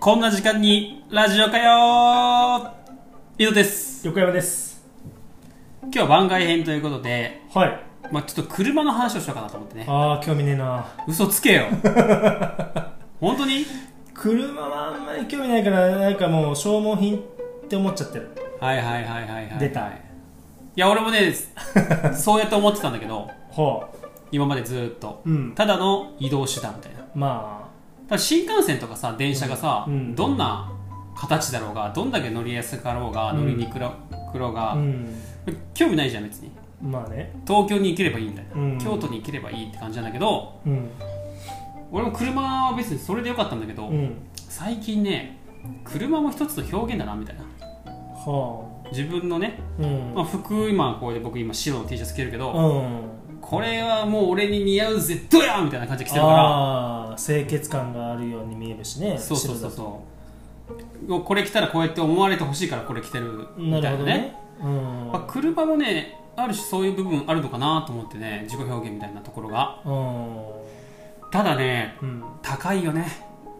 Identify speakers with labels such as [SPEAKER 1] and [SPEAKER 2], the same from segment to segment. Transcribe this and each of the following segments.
[SPEAKER 1] こんな時間にラジオかよー井戸です
[SPEAKER 2] 横山です
[SPEAKER 1] 今日は番外編ということで、
[SPEAKER 2] はい
[SPEAKER 1] まあ、ちょっと車の話をしようかなと思ってね
[SPEAKER 2] ああ興味ねえな
[SPEAKER 1] 嘘つけ よ本当に
[SPEAKER 2] 車はあんまり興味ないからなんかもう消耗品って思っちゃってる
[SPEAKER 1] はいはいはいはいはい
[SPEAKER 2] 出た
[SPEAKER 1] いや俺もねそうやって思ってたんだけど
[SPEAKER 2] ほ
[SPEAKER 1] 今までずーっと
[SPEAKER 2] ううん
[SPEAKER 1] ただの移動手段みたいな
[SPEAKER 2] ま
[SPEAKER 1] ただ新幹線とかさ電車がさ、
[SPEAKER 2] うんうん
[SPEAKER 1] どんな形だろうがどんだけ乗りやすかろうが乗りにくろ,、くろう
[SPEAKER 2] あ
[SPEAKER 1] が
[SPEAKER 2] う、ん
[SPEAKER 1] 興味ないじゃん別に
[SPEAKER 2] まあね
[SPEAKER 1] 東京に行ければいいみたいな、
[SPEAKER 2] うん
[SPEAKER 1] 京都に行ければいいって感じなんだけど
[SPEAKER 2] うん
[SPEAKER 1] 俺も車は別にそれでよかったんだけど、
[SPEAKER 2] うん
[SPEAKER 1] 最近ね車も一つの表現だなみたいな
[SPEAKER 2] は
[SPEAKER 1] 自分のね、
[SPEAKER 2] あうん
[SPEAKER 1] まあ、服今これで僕今白の T シャツ着てるけど、
[SPEAKER 2] うん
[SPEAKER 1] これはもう俺に似合うぜどやみたいな感じで着てるか
[SPEAKER 2] ああ清潔感があるように見えるしね
[SPEAKER 1] らそうそうそう
[SPEAKER 2] 白
[SPEAKER 1] そうこれ着たらこうやって思われてほしいからこれ着てる
[SPEAKER 2] だと
[SPEAKER 1] み
[SPEAKER 2] な
[SPEAKER 1] た
[SPEAKER 2] る
[SPEAKER 1] いな
[SPEAKER 2] ほど
[SPEAKER 1] ね
[SPEAKER 2] ねうん
[SPEAKER 1] まあ、車もねある種そういう部分あるのかなと思ってね自己表現みたいなところが
[SPEAKER 2] うん
[SPEAKER 1] ただね
[SPEAKER 2] うん
[SPEAKER 1] 高いよね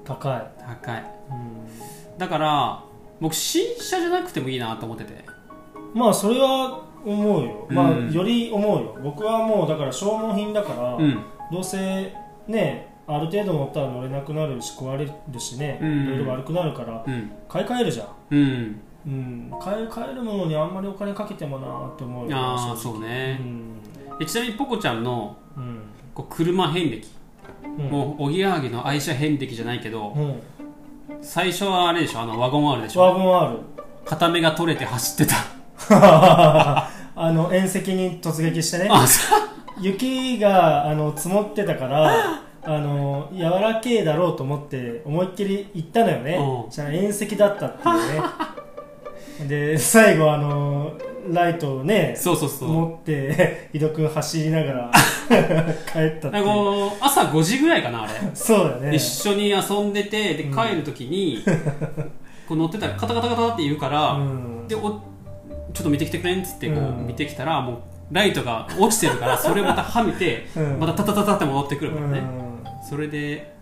[SPEAKER 2] 高い
[SPEAKER 1] 高い
[SPEAKER 2] うん
[SPEAKER 1] だから僕新車じゃなくてもいいなと思ってて
[SPEAKER 2] まあそれは思うよまあ
[SPEAKER 1] うん
[SPEAKER 2] より思うよ僕はもうだから消耗品だから
[SPEAKER 1] うん
[SPEAKER 2] どうせねある程度乗ったら乗れなくなるし壊れるしね
[SPEAKER 1] うん
[SPEAKER 2] いろいろ悪くなるから
[SPEAKER 1] うん
[SPEAKER 2] 買い替えるじゃん、
[SPEAKER 1] うん
[SPEAKER 2] うん、買い替えるものにあんまりお金かけてもなーって思うよ
[SPEAKER 1] ああ
[SPEAKER 2] 正
[SPEAKER 1] そう
[SPEAKER 2] 直
[SPEAKER 1] ね、
[SPEAKER 2] ん
[SPEAKER 1] えちなみにポコちゃんの
[SPEAKER 2] うん
[SPEAKER 1] こう車遍歴、
[SPEAKER 2] うん
[SPEAKER 1] もうおぎやはぎの愛車遍歴じゃないけど
[SPEAKER 2] うん、
[SPEAKER 1] 最初はあれでしょあのワゴン R でしょ
[SPEAKER 2] ワゴン R
[SPEAKER 1] 片目が取れて走ってた
[SPEAKER 2] あの縁石に突撃してね
[SPEAKER 1] あそう
[SPEAKER 2] 雪があの積もってたからあの柔らけえだろうと思って思いっきり行ったのよね
[SPEAKER 1] うん
[SPEAKER 2] じゃあ遠石だったっていうねで最後あのライトをね
[SPEAKER 1] そうそうそう
[SPEAKER 2] 持って井戸くん走りな がら帰ったって
[SPEAKER 1] なん
[SPEAKER 2] い
[SPEAKER 1] か
[SPEAKER 2] う
[SPEAKER 1] こう朝5時ぐらいかなあれ
[SPEAKER 2] そうだね
[SPEAKER 1] 一緒に遊んでてで
[SPEAKER 2] うん
[SPEAKER 1] 帰る時 に、こう乗ってたらカタカタカタって言うから、
[SPEAKER 2] うん
[SPEAKER 1] でおちょっと見てきてくれんっつってこう、
[SPEAKER 2] うん
[SPEAKER 1] 見てきたらもうライトが落ちてるからそれをまたはめて、
[SPEAKER 2] うん
[SPEAKER 1] またタタタタって戻ってくるから
[SPEAKER 2] う
[SPEAKER 1] ね、
[SPEAKER 2] ん
[SPEAKER 1] それで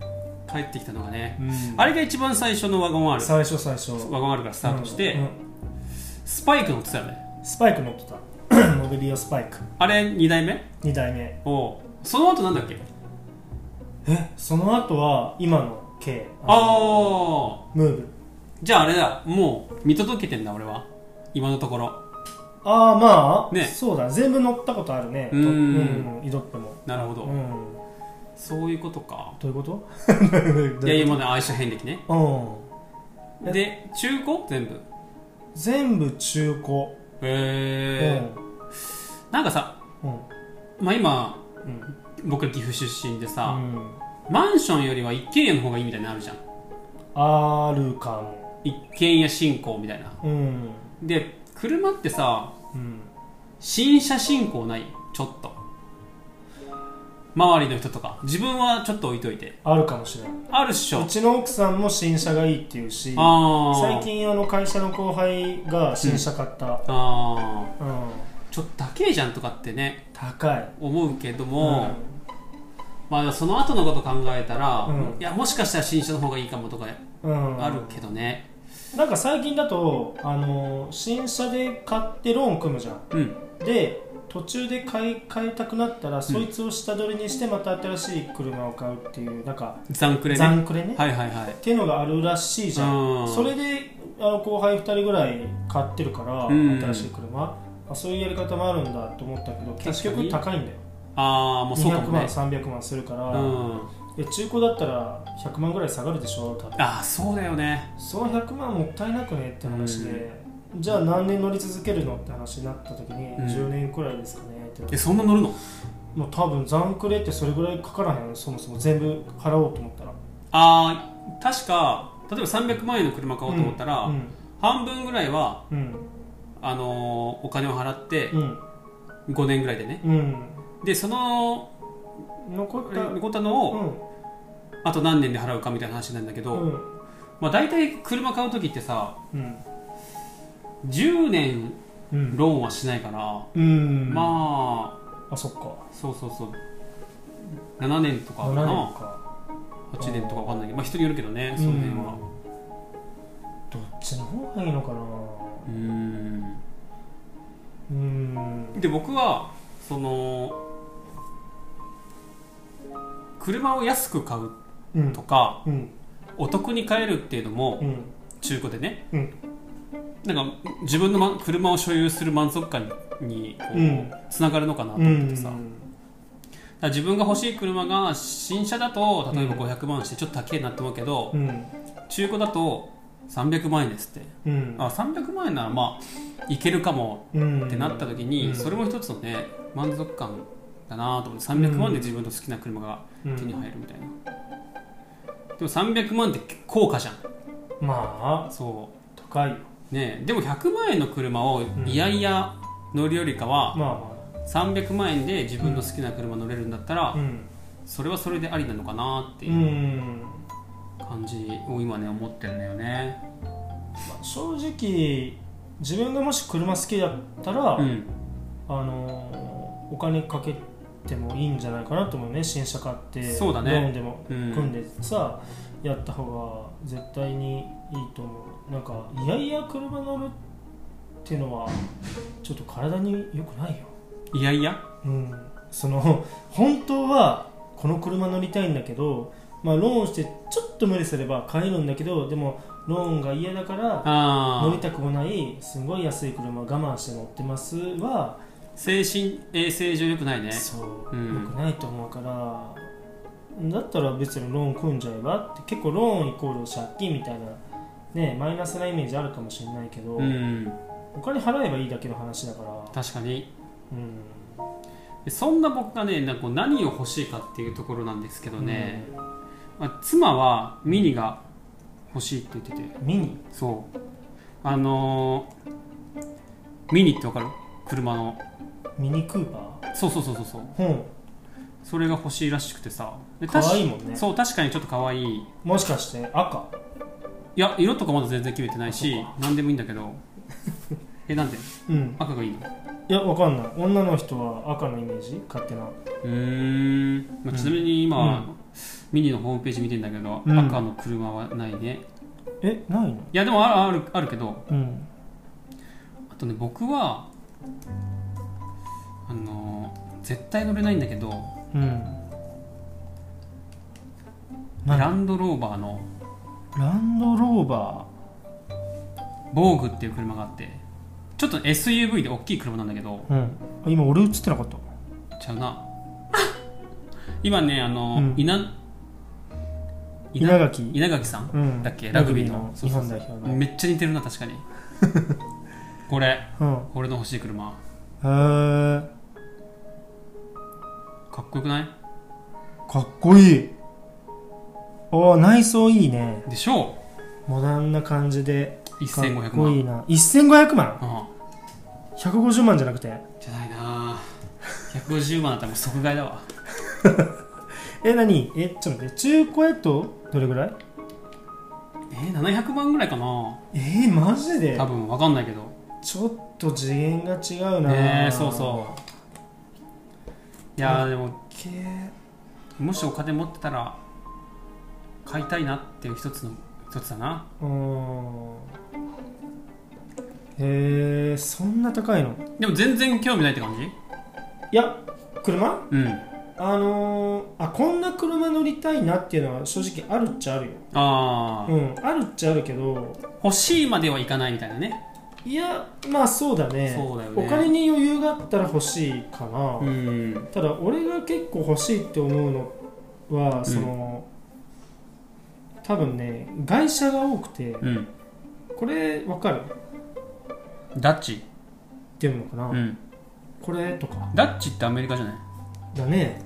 [SPEAKER 1] 帰ってきたのがね、
[SPEAKER 2] うん
[SPEAKER 1] あれが一番最初のワゴン R
[SPEAKER 2] 最初最初
[SPEAKER 1] ワゴン R からスタートして、
[SPEAKER 2] うん
[SPEAKER 1] スパイク乗ってたよね
[SPEAKER 2] うんスパイク乗ってた モビリオスパイク
[SPEAKER 1] あれ2代目
[SPEAKER 2] 2代目
[SPEAKER 1] おうその後なんだっけ
[SPEAKER 2] えその後は今の K
[SPEAKER 1] ああー
[SPEAKER 2] ムーブ
[SPEAKER 1] じゃああれだもう見届けてんだ俺は今のところ
[SPEAKER 2] ああまあ、
[SPEAKER 1] ね
[SPEAKER 2] そうだ全部乗ったことあるね
[SPEAKER 1] うん
[SPEAKER 2] とうん移動っても
[SPEAKER 1] なるほど、
[SPEAKER 2] うん
[SPEAKER 1] そういうことか
[SPEAKER 2] どういうこ と
[SPEAKER 1] いや今ね愛車遍歴ね
[SPEAKER 2] うんえ
[SPEAKER 1] で中古全部
[SPEAKER 2] 全部中古
[SPEAKER 1] へえ、なんかさ、
[SPEAKER 2] うんうん
[SPEAKER 1] まあ、今
[SPEAKER 2] うん
[SPEAKER 1] 僕ら岐阜出身で
[SPEAKER 2] う
[SPEAKER 1] さ、
[SPEAKER 2] ん
[SPEAKER 1] マンションよりは一軒家の方がいいみたいなのあるじゃん
[SPEAKER 2] あるかも
[SPEAKER 1] 一軒家進行みたいな
[SPEAKER 2] うん
[SPEAKER 1] で車ってさ
[SPEAKER 2] うん
[SPEAKER 1] 新車進行ないちょっと周りの人とか自分はちょっと置いといて
[SPEAKER 2] あるかもしれない
[SPEAKER 1] あるっしょ
[SPEAKER 2] うちの奥さんも新車がいいっていうし
[SPEAKER 1] ああ
[SPEAKER 2] 最近あの会社の後輩が新車買った、
[SPEAKER 1] ああ
[SPEAKER 2] うん
[SPEAKER 1] ちょっと高えじゃんとかってね
[SPEAKER 2] 高い
[SPEAKER 1] 思うけども、まあその後のこと考えたら、
[SPEAKER 2] うん
[SPEAKER 1] いやもしかしたら新車の方がいいかもとか
[SPEAKER 2] うん、うん
[SPEAKER 1] あるけどね
[SPEAKER 2] なんか最近だとあの新車で買ってローン組むじゃん
[SPEAKER 1] うん
[SPEAKER 2] で途中で買い買いたくなったら、そいつを下取りにしてまた新しい車を買うっていうなんか
[SPEAKER 1] 残クレね
[SPEAKER 2] 残クレね、
[SPEAKER 1] はいはいはい
[SPEAKER 2] っていうのがあるらしいじゃ
[SPEAKER 1] う
[SPEAKER 2] ん、
[SPEAKER 1] ん
[SPEAKER 2] それであの後輩2人ぐらい買ってるから、
[SPEAKER 1] うん
[SPEAKER 2] 新しい車あそういうやり方もあるんだと思ったけど結
[SPEAKER 1] 確かに
[SPEAKER 2] 局高いんだよ
[SPEAKER 1] ああもうそうか
[SPEAKER 2] 200
[SPEAKER 1] も
[SPEAKER 2] 万
[SPEAKER 1] ね
[SPEAKER 2] 300万するか
[SPEAKER 1] う
[SPEAKER 2] ら、
[SPEAKER 1] ん
[SPEAKER 2] で中古だったら100万ぐらい下がるでしょ多分
[SPEAKER 1] ああそうだよね
[SPEAKER 2] その100万もったいなくねって話で、じゃあ何年乗り続けるのって話になった時に、
[SPEAKER 1] うん
[SPEAKER 2] 10年くらいですかねって
[SPEAKER 1] えそんな乗るの
[SPEAKER 2] もう多分残クレってそれぐらいかからへんそもそも全部払おうと思ったら
[SPEAKER 1] ああ確か例えば300万円の車買おうと思ったら、
[SPEAKER 2] うん
[SPEAKER 1] 半分ぐらいは
[SPEAKER 2] うん
[SPEAKER 1] あのーお金を払って
[SPEAKER 2] うん
[SPEAKER 1] 5年ぐらいでね
[SPEAKER 2] うん、
[SPEAKER 1] でその
[SPEAKER 2] 残った
[SPEAKER 1] 残ったのを、
[SPEAKER 2] う
[SPEAKER 1] あと何年で払うかみたいな話なんだけど、
[SPEAKER 2] んうん
[SPEAKER 1] まあ、大体車買う時ってさ
[SPEAKER 2] うん
[SPEAKER 1] 10年
[SPEAKER 2] うん
[SPEAKER 1] ローンはしないから、
[SPEAKER 2] うんあ
[SPEAKER 1] ま
[SPEAKER 2] そっか
[SPEAKER 1] あそうそうそう7年とかか
[SPEAKER 2] 7年
[SPEAKER 1] な
[SPEAKER 2] か
[SPEAKER 1] 8年とかわかんないけどまあ人によるけどねその辺は、
[SPEAKER 2] ちの方がいいのかな
[SPEAKER 1] うーん
[SPEAKER 2] うーん
[SPEAKER 1] で僕はその車を安く買う
[SPEAKER 2] うん
[SPEAKER 1] とか
[SPEAKER 2] うん
[SPEAKER 1] お得に買えるっていうのも
[SPEAKER 2] うん
[SPEAKER 1] 中古でね
[SPEAKER 2] うん
[SPEAKER 1] なんか自分のま車を所有する満足感にこう
[SPEAKER 2] うん
[SPEAKER 1] つながるのかなと
[SPEAKER 2] う
[SPEAKER 1] 思っ
[SPEAKER 2] ん
[SPEAKER 1] てさ、だから自分が欲しい車が新車だと例えば500万してちょっと高いなって思うけど、
[SPEAKER 2] うん
[SPEAKER 1] 中古だと300万円ですって、
[SPEAKER 2] うん
[SPEAKER 1] あ300万円ならまあいけるかも
[SPEAKER 2] うん
[SPEAKER 1] ってなった時に、
[SPEAKER 2] うん
[SPEAKER 1] それも一つのね満足感だなと思って300万で自分の好きな車が
[SPEAKER 2] うん
[SPEAKER 1] 手に入るみたいな、でも300万って高価じゃん
[SPEAKER 2] まあ
[SPEAKER 1] そう
[SPEAKER 2] 高いよ
[SPEAKER 1] ねえでも100万円の車をいやいや乗るよりか
[SPEAKER 2] まあ
[SPEAKER 1] は
[SPEAKER 2] ま
[SPEAKER 1] 300万円で自分の好きな車乗れるんだった
[SPEAKER 2] あ
[SPEAKER 1] ら
[SPEAKER 2] うん
[SPEAKER 1] それはそれでありなのかなって
[SPEAKER 2] う
[SPEAKER 1] いうん感じを今ね思ってるんだよね
[SPEAKER 2] 正直自分がもし車好きだったら、
[SPEAKER 1] うん
[SPEAKER 2] あのーお金かけてもいいんじゃないかなと思うね新車買って
[SPEAKER 1] そうだね
[SPEAKER 2] ローンでも
[SPEAKER 1] う
[SPEAKER 2] 組ん
[SPEAKER 1] ん
[SPEAKER 2] でさ、やった方が絶対にいいと思うなんかいやいや車乗るっていうのはちょっと体に良くないよ
[SPEAKER 1] いやいや
[SPEAKER 2] うんその本当はこの車乗りたいんだけどまあローンしてちょっと無理すれば買えるんだけどでもローンが嫌だから乗
[SPEAKER 1] あ
[SPEAKER 2] りたくもないすごい安い車我慢して乗ってますは
[SPEAKER 1] あ精神衛生上良くないね
[SPEAKER 2] そ
[SPEAKER 1] う
[SPEAKER 2] う、
[SPEAKER 1] ん
[SPEAKER 2] 良くないと思うからだったら別にローン組んじゃえばって結構ローンイコール借金みたいなねマイナスなイメージあるかもしれないけど、
[SPEAKER 1] うん
[SPEAKER 2] お金払えばいいだけの話だから
[SPEAKER 1] 確かに
[SPEAKER 2] うん
[SPEAKER 1] でそんな僕がねなんかこう何を欲しいかっていうところなんですけどね、まあ、妻はミニが欲しいって言ってて
[SPEAKER 2] うんミニ
[SPEAKER 1] そうあのー、ミニってわかる車の
[SPEAKER 2] ミニクーパ
[SPEAKER 1] そうそうそうそうそう
[SPEAKER 2] ーうん
[SPEAKER 1] それが欲しいらしくてさで
[SPEAKER 2] 可
[SPEAKER 1] 確
[SPEAKER 2] 愛いもんね
[SPEAKER 1] そう確かにちょっと可愛いい
[SPEAKER 2] もしかして赤
[SPEAKER 1] や色とかまだ全然決めてないし
[SPEAKER 2] あ
[SPEAKER 1] 何でもいいんだけ どえなんで
[SPEAKER 2] うん
[SPEAKER 1] 赤がいいの
[SPEAKER 2] いやわかんない女の人は赤のイメージ勝手な
[SPEAKER 1] うーん、まあ、ちなみに今、ミニのホームページ見てんだけど、
[SPEAKER 2] うん
[SPEAKER 1] 赤の車はないね
[SPEAKER 2] えないの
[SPEAKER 1] いやでもあるあるあるけど
[SPEAKER 2] うん
[SPEAKER 1] あとね僕はあのー絶対乗れないんだけど
[SPEAKER 2] うん何
[SPEAKER 1] ランドローバーの
[SPEAKER 2] ランドローバ
[SPEAKER 1] ボーグっていう車があってちょっと SUV で大きい車なんだけど
[SPEAKER 2] ーうんあ今俺映ってなかった
[SPEAKER 1] ちゃうな 今ねあの、
[SPEAKER 2] うん
[SPEAKER 1] 稲
[SPEAKER 2] 稲垣
[SPEAKER 1] 稲垣さん
[SPEAKER 2] うん
[SPEAKER 1] だっけラグビーのそう
[SPEAKER 2] 日
[SPEAKER 1] そう
[SPEAKER 2] 本
[SPEAKER 1] そう
[SPEAKER 2] 代表の
[SPEAKER 1] めっちゃ似てるな確か にこれ
[SPEAKER 2] うん
[SPEAKER 1] 俺の欲しい車
[SPEAKER 2] へー
[SPEAKER 1] かっこよくない
[SPEAKER 2] かっこいいおー内装いいね
[SPEAKER 1] でしょ
[SPEAKER 2] モダンな感じで
[SPEAKER 1] う
[SPEAKER 2] かっ
[SPEAKER 1] 1500
[SPEAKER 2] こい
[SPEAKER 1] 万
[SPEAKER 2] いな1500万
[SPEAKER 1] あ
[SPEAKER 2] ?150 万じゃなくて
[SPEAKER 1] じゃないな150万だったらもう即買いだわ
[SPEAKER 2] え何えちょっと待って中古やとどれぐらい
[SPEAKER 1] えー、700万ぐらいかな
[SPEAKER 2] えー、マジで
[SPEAKER 1] 多分わかんないけど
[SPEAKER 2] ちょっと次元が違うな
[SPEAKER 1] ねえそうそういやーでも
[SPEAKER 2] うけ
[SPEAKER 1] もしお金持ってたら買いたいなっていう一つの一つだな
[SPEAKER 2] うーんへえそんな高いの
[SPEAKER 1] でも全然興味ないって感じ
[SPEAKER 2] いや車
[SPEAKER 1] うん
[SPEAKER 2] あのーあこんな車乗りたいなっていうのは正直あるっちゃあるよ、
[SPEAKER 1] ああ
[SPEAKER 2] うん、あるっちゃあるけど
[SPEAKER 1] 欲しいまではいかないみたいなね
[SPEAKER 2] いやまあそうだね
[SPEAKER 1] そうだよね
[SPEAKER 2] お金に余裕があったら欲しいかな、
[SPEAKER 1] うん
[SPEAKER 2] ただ俺が結構欲しいって思うのはその、多分ね外車が多くて
[SPEAKER 1] うん
[SPEAKER 2] これわかるっ
[SPEAKER 1] ダッチ
[SPEAKER 2] ていうのかな、
[SPEAKER 1] うん
[SPEAKER 2] これとか
[SPEAKER 1] ダッチってアメリカじゃない
[SPEAKER 2] だね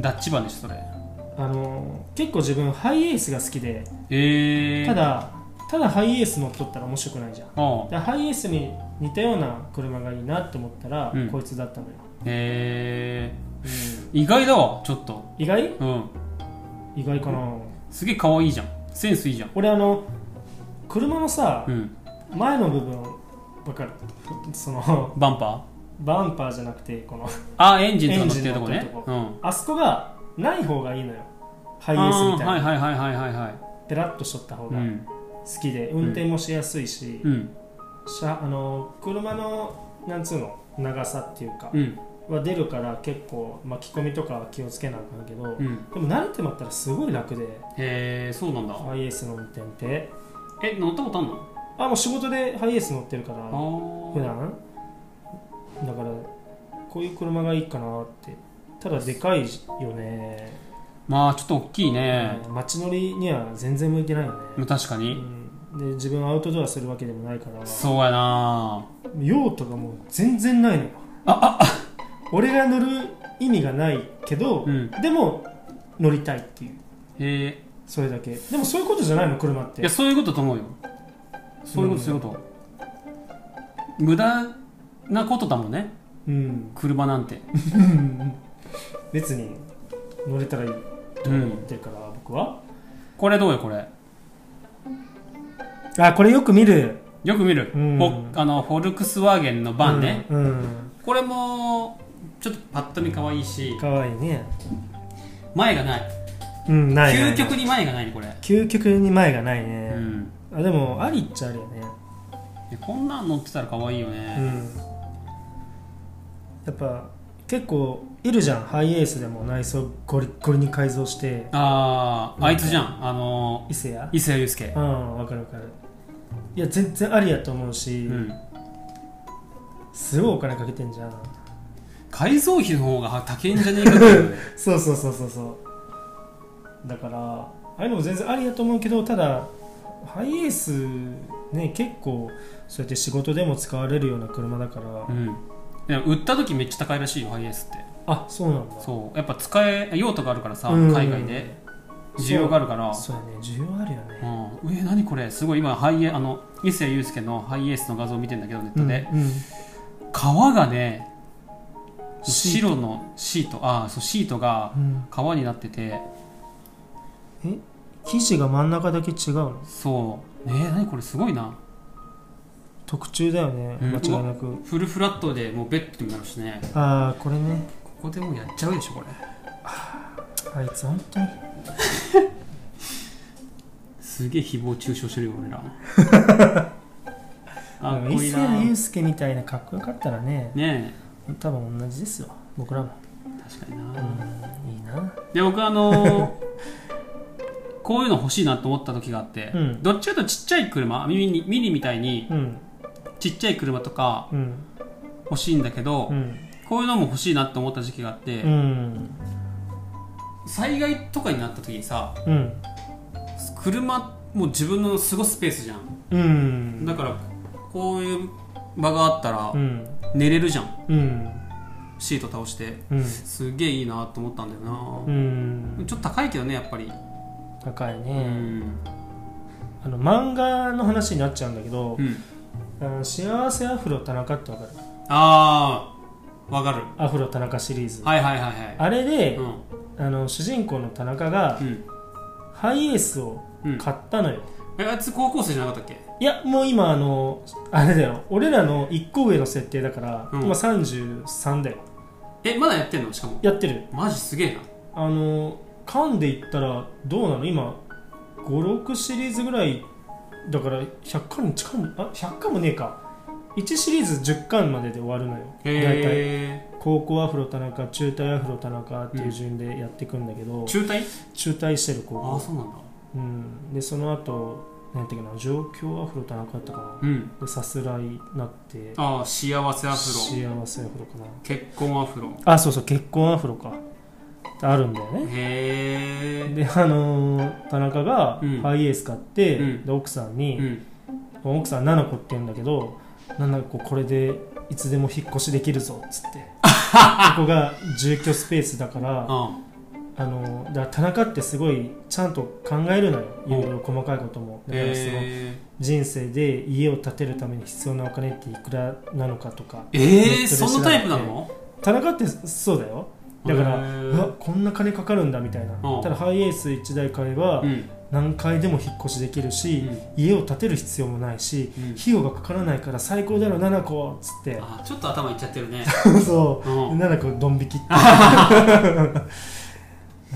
[SPEAKER 1] ダッチ版でしょそれ
[SPEAKER 2] あのー結構自分ハイエースが好きで
[SPEAKER 1] ええー、
[SPEAKER 2] ただただハイエース乗っとったら面白くないじゃん
[SPEAKER 1] ああ
[SPEAKER 2] でハイエースに似たような車がいいなって思ったら、
[SPEAKER 1] うん
[SPEAKER 2] こいつだったのよ、
[SPEAKER 1] ええー、意外だわちょっと
[SPEAKER 2] 意外
[SPEAKER 1] うん
[SPEAKER 2] 意外かな、
[SPEAKER 1] すげえ可愛いじゃんセンスいいじゃん
[SPEAKER 2] 俺あの車のさ
[SPEAKER 1] うん
[SPEAKER 2] 前の部分わかるその
[SPEAKER 1] バンパ
[SPEAKER 2] バンパーじゃなくてこの
[SPEAKER 1] ーあエンジンとか乗ってるとこ
[SPEAKER 2] エンジ
[SPEAKER 1] ね
[SPEAKER 2] ン乗って
[SPEAKER 1] う
[SPEAKER 2] る
[SPEAKER 1] ん
[SPEAKER 2] あそこがない方がいいのよ
[SPEAKER 1] ハ
[SPEAKER 2] ハイエースみたいな、
[SPEAKER 1] はいはいはいはいはいはい
[SPEAKER 2] ペラッとしとった方
[SPEAKER 1] う
[SPEAKER 2] が、
[SPEAKER 1] ん
[SPEAKER 2] 好きで運転もしやすいし、
[SPEAKER 1] うん
[SPEAKER 2] 車あの車のなんつうの長さっていうか、
[SPEAKER 1] うん
[SPEAKER 2] は出るから結構巻き込みとかは気をつけなあかんけど、
[SPEAKER 1] うん
[SPEAKER 2] でも慣れてまったらすごい楽で
[SPEAKER 1] へえそうなんだ
[SPEAKER 2] ハイエースの運転って
[SPEAKER 1] え乗ったことあんの
[SPEAKER 2] あもう仕事でハイエース乗ってるから普
[SPEAKER 1] あ
[SPEAKER 2] 段だからこういう車がいいかなってただでかいよね、
[SPEAKER 1] あまあちょっと大きいね、
[SPEAKER 2] 街乗りには全然向いてないよね、
[SPEAKER 1] 確かに、
[SPEAKER 2] うんで自分アウトドアするわけでもないから
[SPEAKER 1] そうやな
[SPEAKER 2] 用途がもう全然ないのよ
[SPEAKER 1] あ
[SPEAKER 2] 俺が乗る意味がないけど、
[SPEAKER 1] うん
[SPEAKER 2] でも乗りたいっていう
[SPEAKER 1] へえ
[SPEAKER 2] それだけでもそういうことじゃないの車っ
[SPEAKER 1] い
[SPEAKER 2] て
[SPEAKER 1] やそういうことと思うよそういうことそういうこと、無駄なことだもんね
[SPEAKER 2] うん
[SPEAKER 1] 車なんて
[SPEAKER 2] 別に乗れたらいいと思ってるから、僕は
[SPEAKER 1] これどうよこれ
[SPEAKER 2] あこれよく見る
[SPEAKER 1] よく見る、
[SPEAKER 2] うん
[SPEAKER 1] ほあのフォルクスワーゲンのバンね、
[SPEAKER 2] うん、
[SPEAKER 1] これもちょっとパッと見可愛いし
[SPEAKER 2] かわいいね
[SPEAKER 1] 前がない
[SPEAKER 2] うんないない
[SPEAKER 1] 究極に前がないねこれ、
[SPEAKER 2] 究極に前がないうね、
[SPEAKER 1] ん、
[SPEAKER 2] あでもありっちゃあるよね、
[SPEAKER 1] でこんなん乗ってたら可愛いよ
[SPEAKER 2] う
[SPEAKER 1] ね、
[SPEAKER 2] んやっぱ結構いるじゃんハイエースでも内装ゴリッゴリに改造して
[SPEAKER 1] あああいつじゃんあの
[SPEAKER 2] 伊勢や
[SPEAKER 1] 伊勢祐介
[SPEAKER 2] うんわかるわかるいや全然ありやと思うし、
[SPEAKER 1] うん
[SPEAKER 2] すごいお金かけてんじゃん
[SPEAKER 1] 改造費の方が高いんじゃねえか っていう
[SPEAKER 2] そうそうそうそうそうだからああいうのも全然ありやと思うけどただハイエースね結構そうやって仕事でも使われるような車だから、
[SPEAKER 1] うんでも売った時めっちゃ高いらしいよハイエースって
[SPEAKER 2] あそうなんだ
[SPEAKER 1] そうやっぱ使え用途があるからさ
[SPEAKER 2] うん
[SPEAKER 1] 海外で需要があるから
[SPEAKER 2] そうやね需要あるよね
[SPEAKER 1] うん、え何これすごい今ハイエあの伊勢祐介のハイエースの画像を見てんだけどネットで、
[SPEAKER 2] うんうん
[SPEAKER 1] 革がね
[SPEAKER 2] シート
[SPEAKER 1] 白のシートああそうシートが
[SPEAKER 2] うん
[SPEAKER 1] 革になってて
[SPEAKER 2] 生地が真ん中だけ違うの
[SPEAKER 1] そうえー、何これすごいな
[SPEAKER 2] 特注だよね、
[SPEAKER 1] うん
[SPEAKER 2] 間違いなく
[SPEAKER 1] フルフラットでもうベッドになるしね
[SPEAKER 2] ああこれね
[SPEAKER 1] ここでもうやっちゃうでしょこれ
[SPEAKER 2] あいつ本当に
[SPEAKER 1] すげえ誹謗中傷してるよ俺らあ
[SPEAKER 2] あ
[SPEAKER 1] っ
[SPEAKER 2] の
[SPEAKER 1] こ
[SPEAKER 2] 伊
[SPEAKER 1] いいな
[SPEAKER 2] 勢祐介みたいなかっこよかったらね
[SPEAKER 1] ね
[SPEAKER 2] 多分同じですよ僕らも
[SPEAKER 1] え確かに
[SPEAKER 2] う
[SPEAKER 1] な、
[SPEAKER 2] んいいな
[SPEAKER 1] で僕あ のーこういうの欲しいなと思った時があって、
[SPEAKER 2] うん
[SPEAKER 1] どっちかというとちっちゃい車ミニミニみたいに
[SPEAKER 2] うん
[SPEAKER 1] ちっちゃい車とか
[SPEAKER 2] うん
[SPEAKER 1] 欲しいんだけど、
[SPEAKER 2] うん
[SPEAKER 1] こういうのも欲しいなって思った時期があって、
[SPEAKER 2] うん
[SPEAKER 1] 災害とかになった時にさ
[SPEAKER 2] うん
[SPEAKER 1] 車もう自分の過ごすスペースじゃん
[SPEAKER 2] うん
[SPEAKER 1] だからこういう場があったら
[SPEAKER 2] うん
[SPEAKER 1] 寝れるじゃん
[SPEAKER 2] うん
[SPEAKER 1] シート倒して
[SPEAKER 2] うん
[SPEAKER 1] すげえいいなと思ったんだよな
[SPEAKER 2] う、ん
[SPEAKER 1] ちょっと高いけどねやっぱり
[SPEAKER 2] 高いうね、
[SPEAKER 1] ん
[SPEAKER 2] あの漫画の話になっちゃうんだけど
[SPEAKER 1] う、ん
[SPEAKER 2] あの幸せアフロ田中ってわかる
[SPEAKER 1] ああわかる
[SPEAKER 2] アフロ田中シリーズ、
[SPEAKER 1] はいはいはいはい
[SPEAKER 2] あれで
[SPEAKER 1] う、ん
[SPEAKER 2] あの主人公の田中が
[SPEAKER 1] うん
[SPEAKER 2] ハイエースを
[SPEAKER 1] うん
[SPEAKER 2] 買ったのよ、
[SPEAKER 1] えあいつ高校生じゃなかったっけ
[SPEAKER 2] いやもう今あのあれだよ俺らの1個上の設定だから、
[SPEAKER 1] うん
[SPEAKER 2] 今33だよ
[SPEAKER 1] えまだやってんのしかも
[SPEAKER 2] やってる
[SPEAKER 1] マジすげえな
[SPEAKER 2] あの噛んでいったらどうなの今56シリーズぐらいだから100巻に近いあ100巻もねえか1シリーズ10巻までで終わるのよ大体
[SPEAKER 1] へえ
[SPEAKER 2] 高校アフロ田中中退アフロ田中っていう順でやっていくんだけど、
[SPEAKER 1] 中退
[SPEAKER 2] 中退してる高
[SPEAKER 1] ああ
[SPEAKER 2] 校
[SPEAKER 1] そうなんだ
[SPEAKER 2] うんでその後なんていうかな上京アフロ田中だったかな
[SPEAKER 1] うん
[SPEAKER 2] でさすらいになって
[SPEAKER 1] ああ幸せアフロ
[SPEAKER 2] 幸せアフロかな
[SPEAKER 1] 結婚アフロ
[SPEAKER 2] あそうそう結婚アフロかあるんだよね
[SPEAKER 1] へえ
[SPEAKER 2] であのー田中が
[SPEAKER 1] うん
[SPEAKER 2] ハイエース買って、
[SPEAKER 1] うん
[SPEAKER 2] で奥さ
[SPEAKER 1] う
[SPEAKER 2] んに、
[SPEAKER 1] ん
[SPEAKER 2] 奥さん七子って言うんだけど七子これでいつでも引っ越しできるぞっつって ここが住居スペースだからあ
[SPEAKER 1] あ
[SPEAKER 2] のーだから田中ってすごいちゃんと考えるのよいろいろ細かいこともだからその
[SPEAKER 1] え
[SPEAKER 2] 人生で家を建てるために必要なお金っていくらなのかとか
[SPEAKER 1] え
[SPEAKER 2] ネッ
[SPEAKER 1] ー、
[SPEAKER 2] トで調べて
[SPEAKER 1] そのタイプなの
[SPEAKER 2] 田中ってそうだよだから
[SPEAKER 1] へー
[SPEAKER 2] うわこんな金かかるんだみたいな
[SPEAKER 1] うん
[SPEAKER 2] ただハイエース1台買えば
[SPEAKER 1] うん
[SPEAKER 2] 何回でも引っ越しできる
[SPEAKER 1] う
[SPEAKER 2] し、
[SPEAKER 1] ん
[SPEAKER 2] 家を建てる必要もないし、
[SPEAKER 1] うん
[SPEAKER 2] 費用がかからないから最高だろ7個っつって
[SPEAKER 1] あーちょっと頭いっちゃってるね
[SPEAKER 2] そううん
[SPEAKER 1] い
[SPEAKER 2] 7個ドン引きって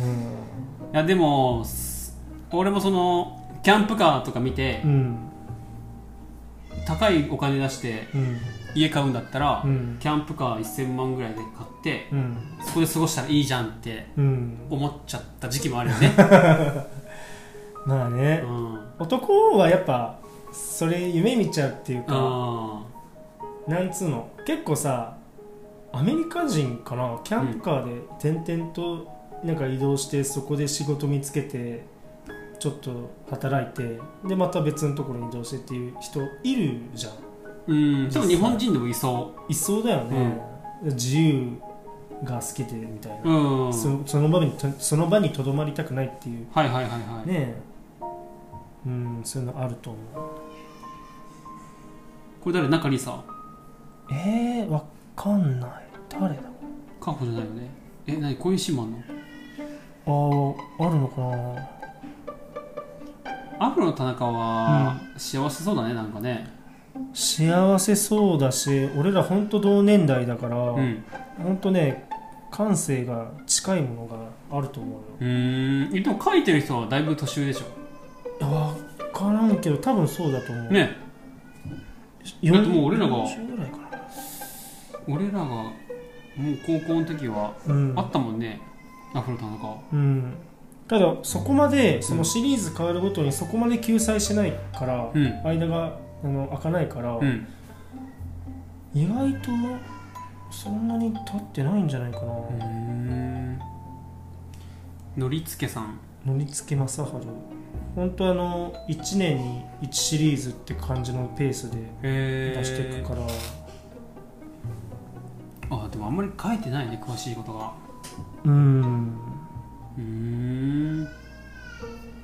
[SPEAKER 2] うん
[SPEAKER 1] やでもす俺もそのキャンプカーとか見て
[SPEAKER 2] うん
[SPEAKER 1] 高いお金出して
[SPEAKER 2] うん
[SPEAKER 1] 家買うんだったら、
[SPEAKER 2] うん
[SPEAKER 1] キャンプカー1000万ぐらいで買って
[SPEAKER 2] うん
[SPEAKER 1] そこで過ごしたらいいじゃんって
[SPEAKER 2] うん
[SPEAKER 1] 思っちゃった時期もあるよね、
[SPEAKER 2] まあ
[SPEAKER 1] う
[SPEAKER 2] ね
[SPEAKER 1] ん、
[SPEAKER 2] 男はやっぱそれ夢見ちゃうっていうか
[SPEAKER 1] あ
[SPEAKER 2] なんつうの結構さアメリカ人かなキャンプカーで転々となんか移動してそこで仕事見つけてちょっと働いてでまた別のところに移動してっていう人いるじゃん
[SPEAKER 1] ーうんでも日本人でもいそ
[SPEAKER 2] いそうだよね、自由が好きでみたいな
[SPEAKER 1] う、うんはい
[SPEAKER 2] そその場にとその場にとどまりたくないっていう
[SPEAKER 1] はいはいはい、
[SPEAKER 2] ねえうんそういうのあると思う
[SPEAKER 1] これ誰中里さ
[SPEAKER 2] えー、わかんない誰だ
[SPEAKER 1] カホじゃないよねえ何こういうシーンもあんの
[SPEAKER 2] あーあるのかな
[SPEAKER 1] アフロの田中は幸せそうだねなんかね
[SPEAKER 2] 幸せそうだし俺らほんと同年代だから、
[SPEAKER 1] うん
[SPEAKER 2] ほんとね感性が近いものがあると思うよ
[SPEAKER 1] うーんでも書いてる人はだいぶ年上でしょ
[SPEAKER 2] いやわからんけど多分そうだと思う、
[SPEAKER 1] ね
[SPEAKER 2] よん
[SPEAKER 1] だってもう俺らが
[SPEAKER 2] 40ぐらいかな
[SPEAKER 1] 俺らがもう高校の時は
[SPEAKER 2] うん
[SPEAKER 1] あったもんね、アフロ田中
[SPEAKER 2] うん、ただそこまでそのシリーズ変わるごとにそこまで救済しないから、
[SPEAKER 1] うん
[SPEAKER 2] 間があの開かないから、
[SPEAKER 1] うん
[SPEAKER 2] 意外とそんなに経ってないんじゃないかな、
[SPEAKER 1] うーんのりつけさん
[SPEAKER 2] 乗り付け正治本当あの1年に1シリーズって感じのペースで
[SPEAKER 1] へ
[SPEAKER 2] 出していくから、
[SPEAKER 1] あでもあんまり書いてないね詳しいことが
[SPEAKER 2] うん
[SPEAKER 1] うーん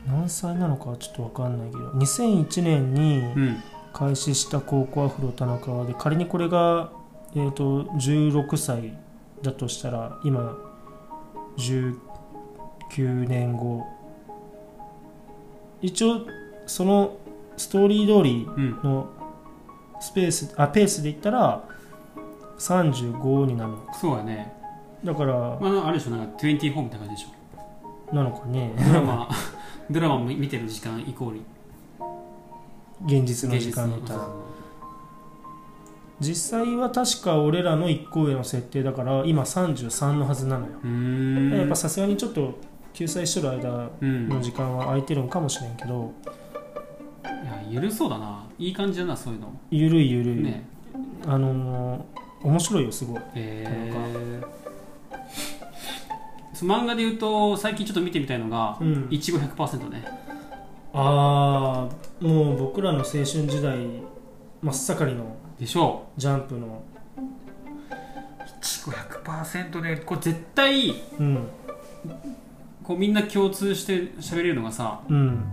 [SPEAKER 2] 何歳なのかはちょっと分かんないけど2001年に、
[SPEAKER 1] うん
[SPEAKER 2] 開始した高校アフロ田中で仮にこれが、えー、と16歳だとしたら今19年後一応そのストーリー通り
[SPEAKER 1] うん
[SPEAKER 2] のスペースあペースでいったら35になるのか
[SPEAKER 1] そうやね
[SPEAKER 2] だから
[SPEAKER 1] まああれでしょなんか24みたいな感じでしょ
[SPEAKER 2] なのかね
[SPEAKER 1] ドラマドラマも見てる時間イコール
[SPEAKER 2] 現実の時間
[SPEAKER 1] の
[SPEAKER 2] でいったら実際は確か俺らの1個上の設定だから今33のはずなのよ
[SPEAKER 1] うーん
[SPEAKER 2] やっぱさすがにちょっと救済してる間
[SPEAKER 1] うん
[SPEAKER 2] の時間は空いてるんかもしれんけど、
[SPEAKER 1] いやゆるそうだないい感じだなそういうの
[SPEAKER 2] ゆるいゆるい、
[SPEAKER 1] ね
[SPEAKER 2] あのー面白いよすごい
[SPEAKER 1] えー、そう漫画で言うと最近ちょっと見てみたいのが
[SPEAKER 2] うん
[SPEAKER 1] いちご100%ね
[SPEAKER 2] ああもう僕らの青春時代真っ盛りの
[SPEAKER 1] でしょ
[SPEAKER 2] ジャンプの
[SPEAKER 1] ういちご100%ねこれ絶対
[SPEAKER 2] うん
[SPEAKER 1] こうみんな共通して喋れるのがさ
[SPEAKER 2] うん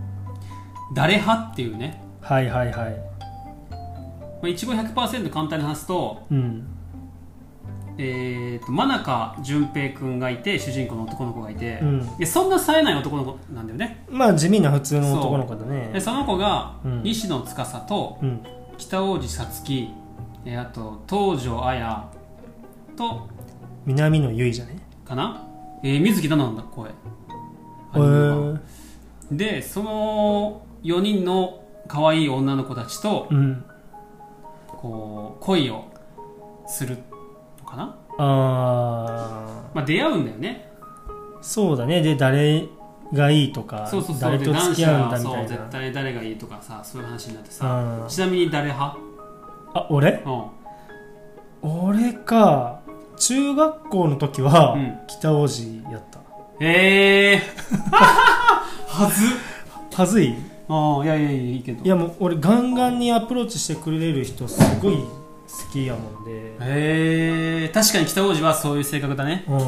[SPEAKER 1] 誰派っていうね
[SPEAKER 2] はいはいはい
[SPEAKER 1] まあいちご100%簡単に話すと,、
[SPEAKER 2] うん
[SPEAKER 1] えー、と真中淳平君がいて主人公の男の子がいて
[SPEAKER 2] う、ん
[SPEAKER 1] でそんな冴えない男の子なんだよね、
[SPEAKER 2] まあ地味な普通の男の子だね
[SPEAKER 1] でその子が
[SPEAKER 2] うん
[SPEAKER 1] 西野司と
[SPEAKER 2] うん
[SPEAKER 1] 北大路さつきえーあと東條綾と
[SPEAKER 2] 南野結衣じゃね
[SPEAKER 1] かな、えー、水木奈々なんだ声
[SPEAKER 2] へえー、
[SPEAKER 1] でその4人の可愛い女の子たちと
[SPEAKER 2] うん
[SPEAKER 1] こう恋をするのかな、
[SPEAKER 2] あ
[SPEAKER 1] まあ、出会うんだよね
[SPEAKER 2] あそうだねで誰がいいとか
[SPEAKER 1] そうそうそう
[SPEAKER 2] 誰
[SPEAKER 1] で
[SPEAKER 2] と付き合うんだみ
[SPEAKER 1] そ
[SPEAKER 2] た
[SPEAKER 1] う
[SPEAKER 2] いな
[SPEAKER 1] 絶対誰がいいとかさそういう話になってさ
[SPEAKER 2] あ
[SPEAKER 1] ちなみに誰派
[SPEAKER 2] あ俺
[SPEAKER 1] うん
[SPEAKER 2] 俺か中学校の時は
[SPEAKER 1] うん
[SPEAKER 2] 北王子やった、
[SPEAKER 1] ええー、はず
[SPEAKER 2] はずい
[SPEAKER 1] ああいやいやいやいいけど
[SPEAKER 2] いやもう俺ガンガンにアプローチしてくれる人すごい好きやもんで
[SPEAKER 1] えー、確かに北王子はそういう性格だね
[SPEAKER 2] うん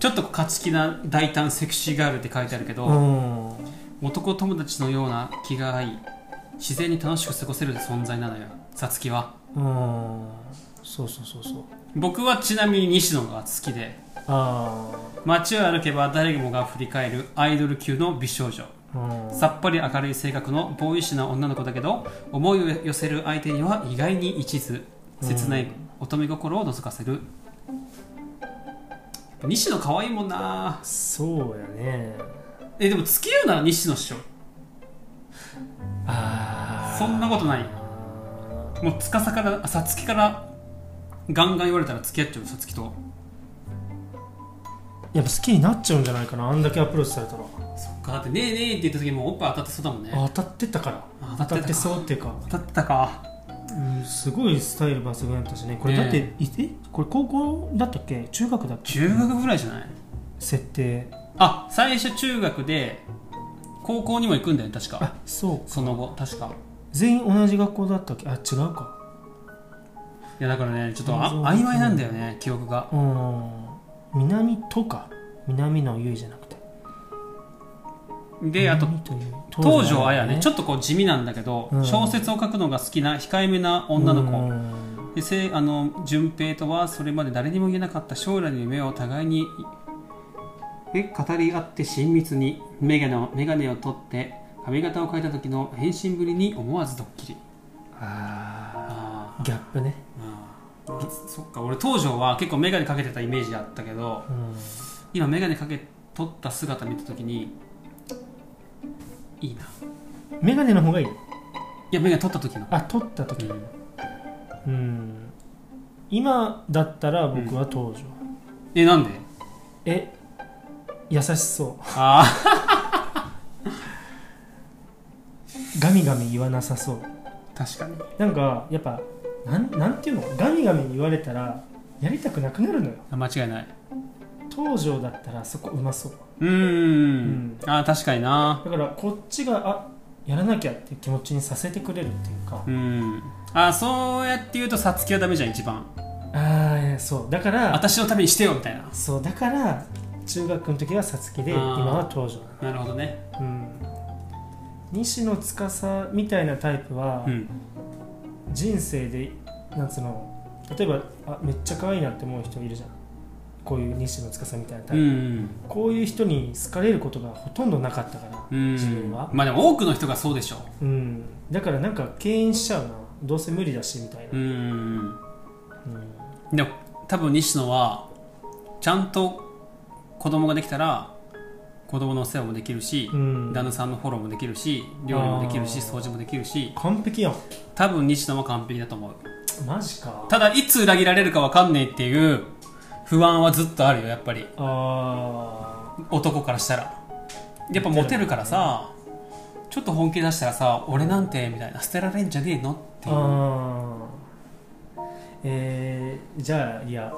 [SPEAKER 1] ちょっと勝ち気な大胆セクシーガールって書いてあるけど、
[SPEAKER 2] うん
[SPEAKER 1] 男友達のような気が合い自然に楽しく過ごせる存在なのよさつきは
[SPEAKER 2] うんそうそうそうそう
[SPEAKER 1] 僕はちなみに西野が好きで
[SPEAKER 2] あ
[SPEAKER 1] 街を歩けば誰もが振り返るアイドル級の美少女
[SPEAKER 2] あうん
[SPEAKER 1] さっぱり明るい性格のボーイッシュな女の子だけど思いを寄せる相手には意外に一途切ない乙女心を覗かせる、やっぱ西野可愛いもんな
[SPEAKER 2] そうやね
[SPEAKER 1] えでも付き合うなら西野っしょ
[SPEAKER 2] あ
[SPEAKER 1] そんなことないもう司からあさつきからガンガン言われたら付き合っちゃうさつきと
[SPEAKER 2] やっぱ好きになっちゃうんじゃないかなあんだけアプローチされたら
[SPEAKER 1] そっかだってねえねえって言った時もおっぱい当たってそうだもんね
[SPEAKER 2] あ当たってたから
[SPEAKER 1] あ
[SPEAKER 2] 当
[SPEAKER 1] 当
[SPEAKER 2] た
[SPEAKER 1] たってたか
[SPEAKER 2] ってそうっていうか、
[SPEAKER 1] 当たってたか
[SPEAKER 2] うん、すごいスタイル抜群だったしねこれ
[SPEAKER 1] ね
[SPEAKER 2] だって、いえこれ高校だったっけ中学だっけ
[SPEAKER 1] 中学ぐらいじゃない
[SPEAKER 2] 設定
[SPEAKER 1] あ最初中学で高校にも行くんだよね確か
[SPEAKER 2] あそう
[SPEAKER 1] その後確か
[SPEAKER 2] 全員同じ学校だったっけあ違うか
[SPEAKER 1] いやだからねちょっと
[SPEAKER 2] そうそう
[SPEAKER 1] あ曖昧なんだよね記憶が
[SPEAKER 2] うん南とか南のゆいじゃなくて
[SPEAKER 1] であと
[SPEAKER 2] 南とゆい
[SPEAKER 1] 東条綾ねち
[SPEAKER 2] ょっ
[SPEAKER 1] ょっとこう地味なんだけど、
[SPEAKER 2] うん
[SPEAKER 1] 小説を書くのが好きな控えめな女の子でせあの順平とはそれまで誰にも言えなかった将来の夢を互いにえ語り合って親密に眼鏡を眼鏡を取って髪型を変えた時の変身ぶりに思わずドッキリ
[SPEAKER 2] あ
[SPEAKER 1] あ
[SPEAKER 2] ーギャップね、
[SPEAKER 1] あそっか俺東条は結構眼鏡かけてたイメージあったけど
[SPEAKER 2] うん、
[SPEAKER 1] 今眼鏡かけ取った姿見た時にいいない
[SPEAKER 2] 眼鏡の方がいい
[SPEAKER 1] や眼鏡取った時の、
[SPEAKER 2] あ取った時
[SPEAKER 1] うん
[SPEAKER 2] うん今だったら僕は東条、
[SPEAKER 1] えなんで
[SPEAKER 2] え優しそ
[SPEAKER 1] あ
[SPEAKER 2] うガミガミ言わなさそう
[SPEAKER 1] あ 確かに
[SPEAKER 2] なんかやっぱなんなんていうのガミガミ言われたらやりたくなくなるのよ
[SPEAKER 1] あ間違いない
[SPEAKER 2] 東条だったらそこうまそう
[SPEAKER 1] うーんああ確かにな
[SPEAKER 2] だからこっちがあやらなきゃっていう気持ちにさせてくれるっていうか
[SPEAKER 1] うんあそうやって言うとさつきはダメじゃん一番
[SPEAKER 2] ああそうだから
[SPEAKER 1] 私のためにしてよみたいな
[SPEAKER 2] そうだから中学の時はさつきで
[SPEAKER 1] あー
[SPEAKER 2] 今は東条
[SPEAKER 1] な
[SPEAKER 2] な
[SPEAKER 1] るほどね
[SPEAKER 2] のうん西野司みたいなタイプは、
[SPEAKER 1] うん
[SPEAKER 2] 人生でなんつうの例えばあめっちゃ可愛いなって思う人いるじゃんこういう西野司みたいなタ
[SPEAKER 1] う
[SPEAKER 2] イプ、
[SPEAKER 1] ん
[SPEAKER 2] こういう人に好かれることがほとんどなかったから
[SPEAKER 1] うん
[SPEAKER 2] 自分は
[SPEAKER 1] まあでも多くの人がそうでしょ
[SPEAKER 2] うんだからなんか敬遠しちゃうなどうせ無理だしみたいうな、
[SPEAKER 1] ん
[SPEAKER 2] うん
[SPEAKER 1] でも多分西野はちゃんと子供ができたら子供のお世話もできるし、
[SPEAKER 2] うん
[SPEAKER 1] 旦那さんのフォローもできるし料理もできるし
[SPEAKER 2] あー
[SPEAKER 1] 掃除もできるし
[SPEAKER 2] 完璧やん
[SPEAKER 1] 多分西野は完璧だと思う
[SPEAKER 2] マジか
[SPEAKER 1] ただいつ裏切られるかわかんねえっていう不安はずっとあるよやっぱり
[SPEAKER 2] あ
[SPEAKER 1] 男からしたらやっぱモテるからさちょっと本気出したらさ俺なんてみたいな捨てられんじゃねえのって
[SPEAKER 2] ー
[SPEAKER 1] いう
[SPEAKER 2] あーえー、じゃあいや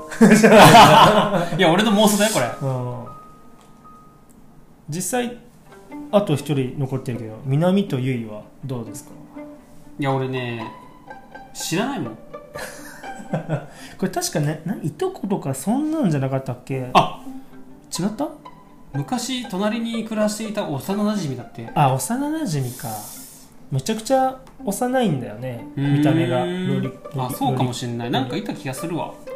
[SPEAKER 1] いや俺の妄想だよこれ
[SPEAKER 2] うん実際あと一人残ってるけど南と結衣はどうですか
[SPEAKER 1] いや俺ね知らないもん
[SPEAKER 2] これ確かねないとことかそんなんじゃなかったっけ
[SPEAKER 1] あ
[SPEAKER 2] 違った
[SPEAKER 1] 昔隣に暮らしていた幼なじみだって
[SPEAKER 2] あ幼なじみかめちゃくちゃ幼いんだよね見た目が
[SPEAKER 1] うーん
[SPEAKER 2] ロリロ
[SPEAKER 1] あ
[SPEAKER 2] リ
[SPEAKER 1] そうかも
[SPEAKER 2] ロ
[SPEAKER 1] しんないなんかいた気がするわ
[SPEAKER 2] リ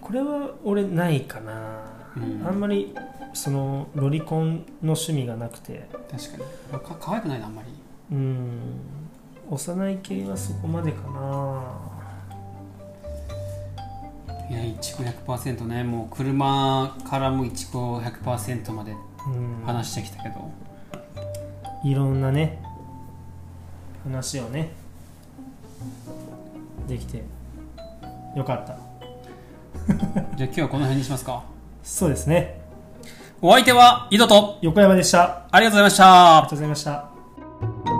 [SPEAKER 2] これは俺ないかな、
[SPEAKER 1] うん
[SPEAKER 2] あんまりそのロリコンの趣味がなくて
[SPEAKER 1] 確かに俺か可愛くないなあんまり
[SPEAKER 2] うん幼い系はそこまでかない
[SPEAKER 1] や一区100%ねもう車からも一区100%まで
[SPEAKER 2] うん
[SPEAKER 1] 話してきたけど、
[SPEAKER 2] いろんなね話をねできてよかった
[SPEAKER 1] じゃあ今日はこの辺にしますか
[SPEAKER 2] そうですね
[SPEAKER 1] お相手は井戸と
[SPEAKER 2] 横山でしたあり
[SPEAKER 1] ありがとうございました
[SPEAKER 2] がとうございました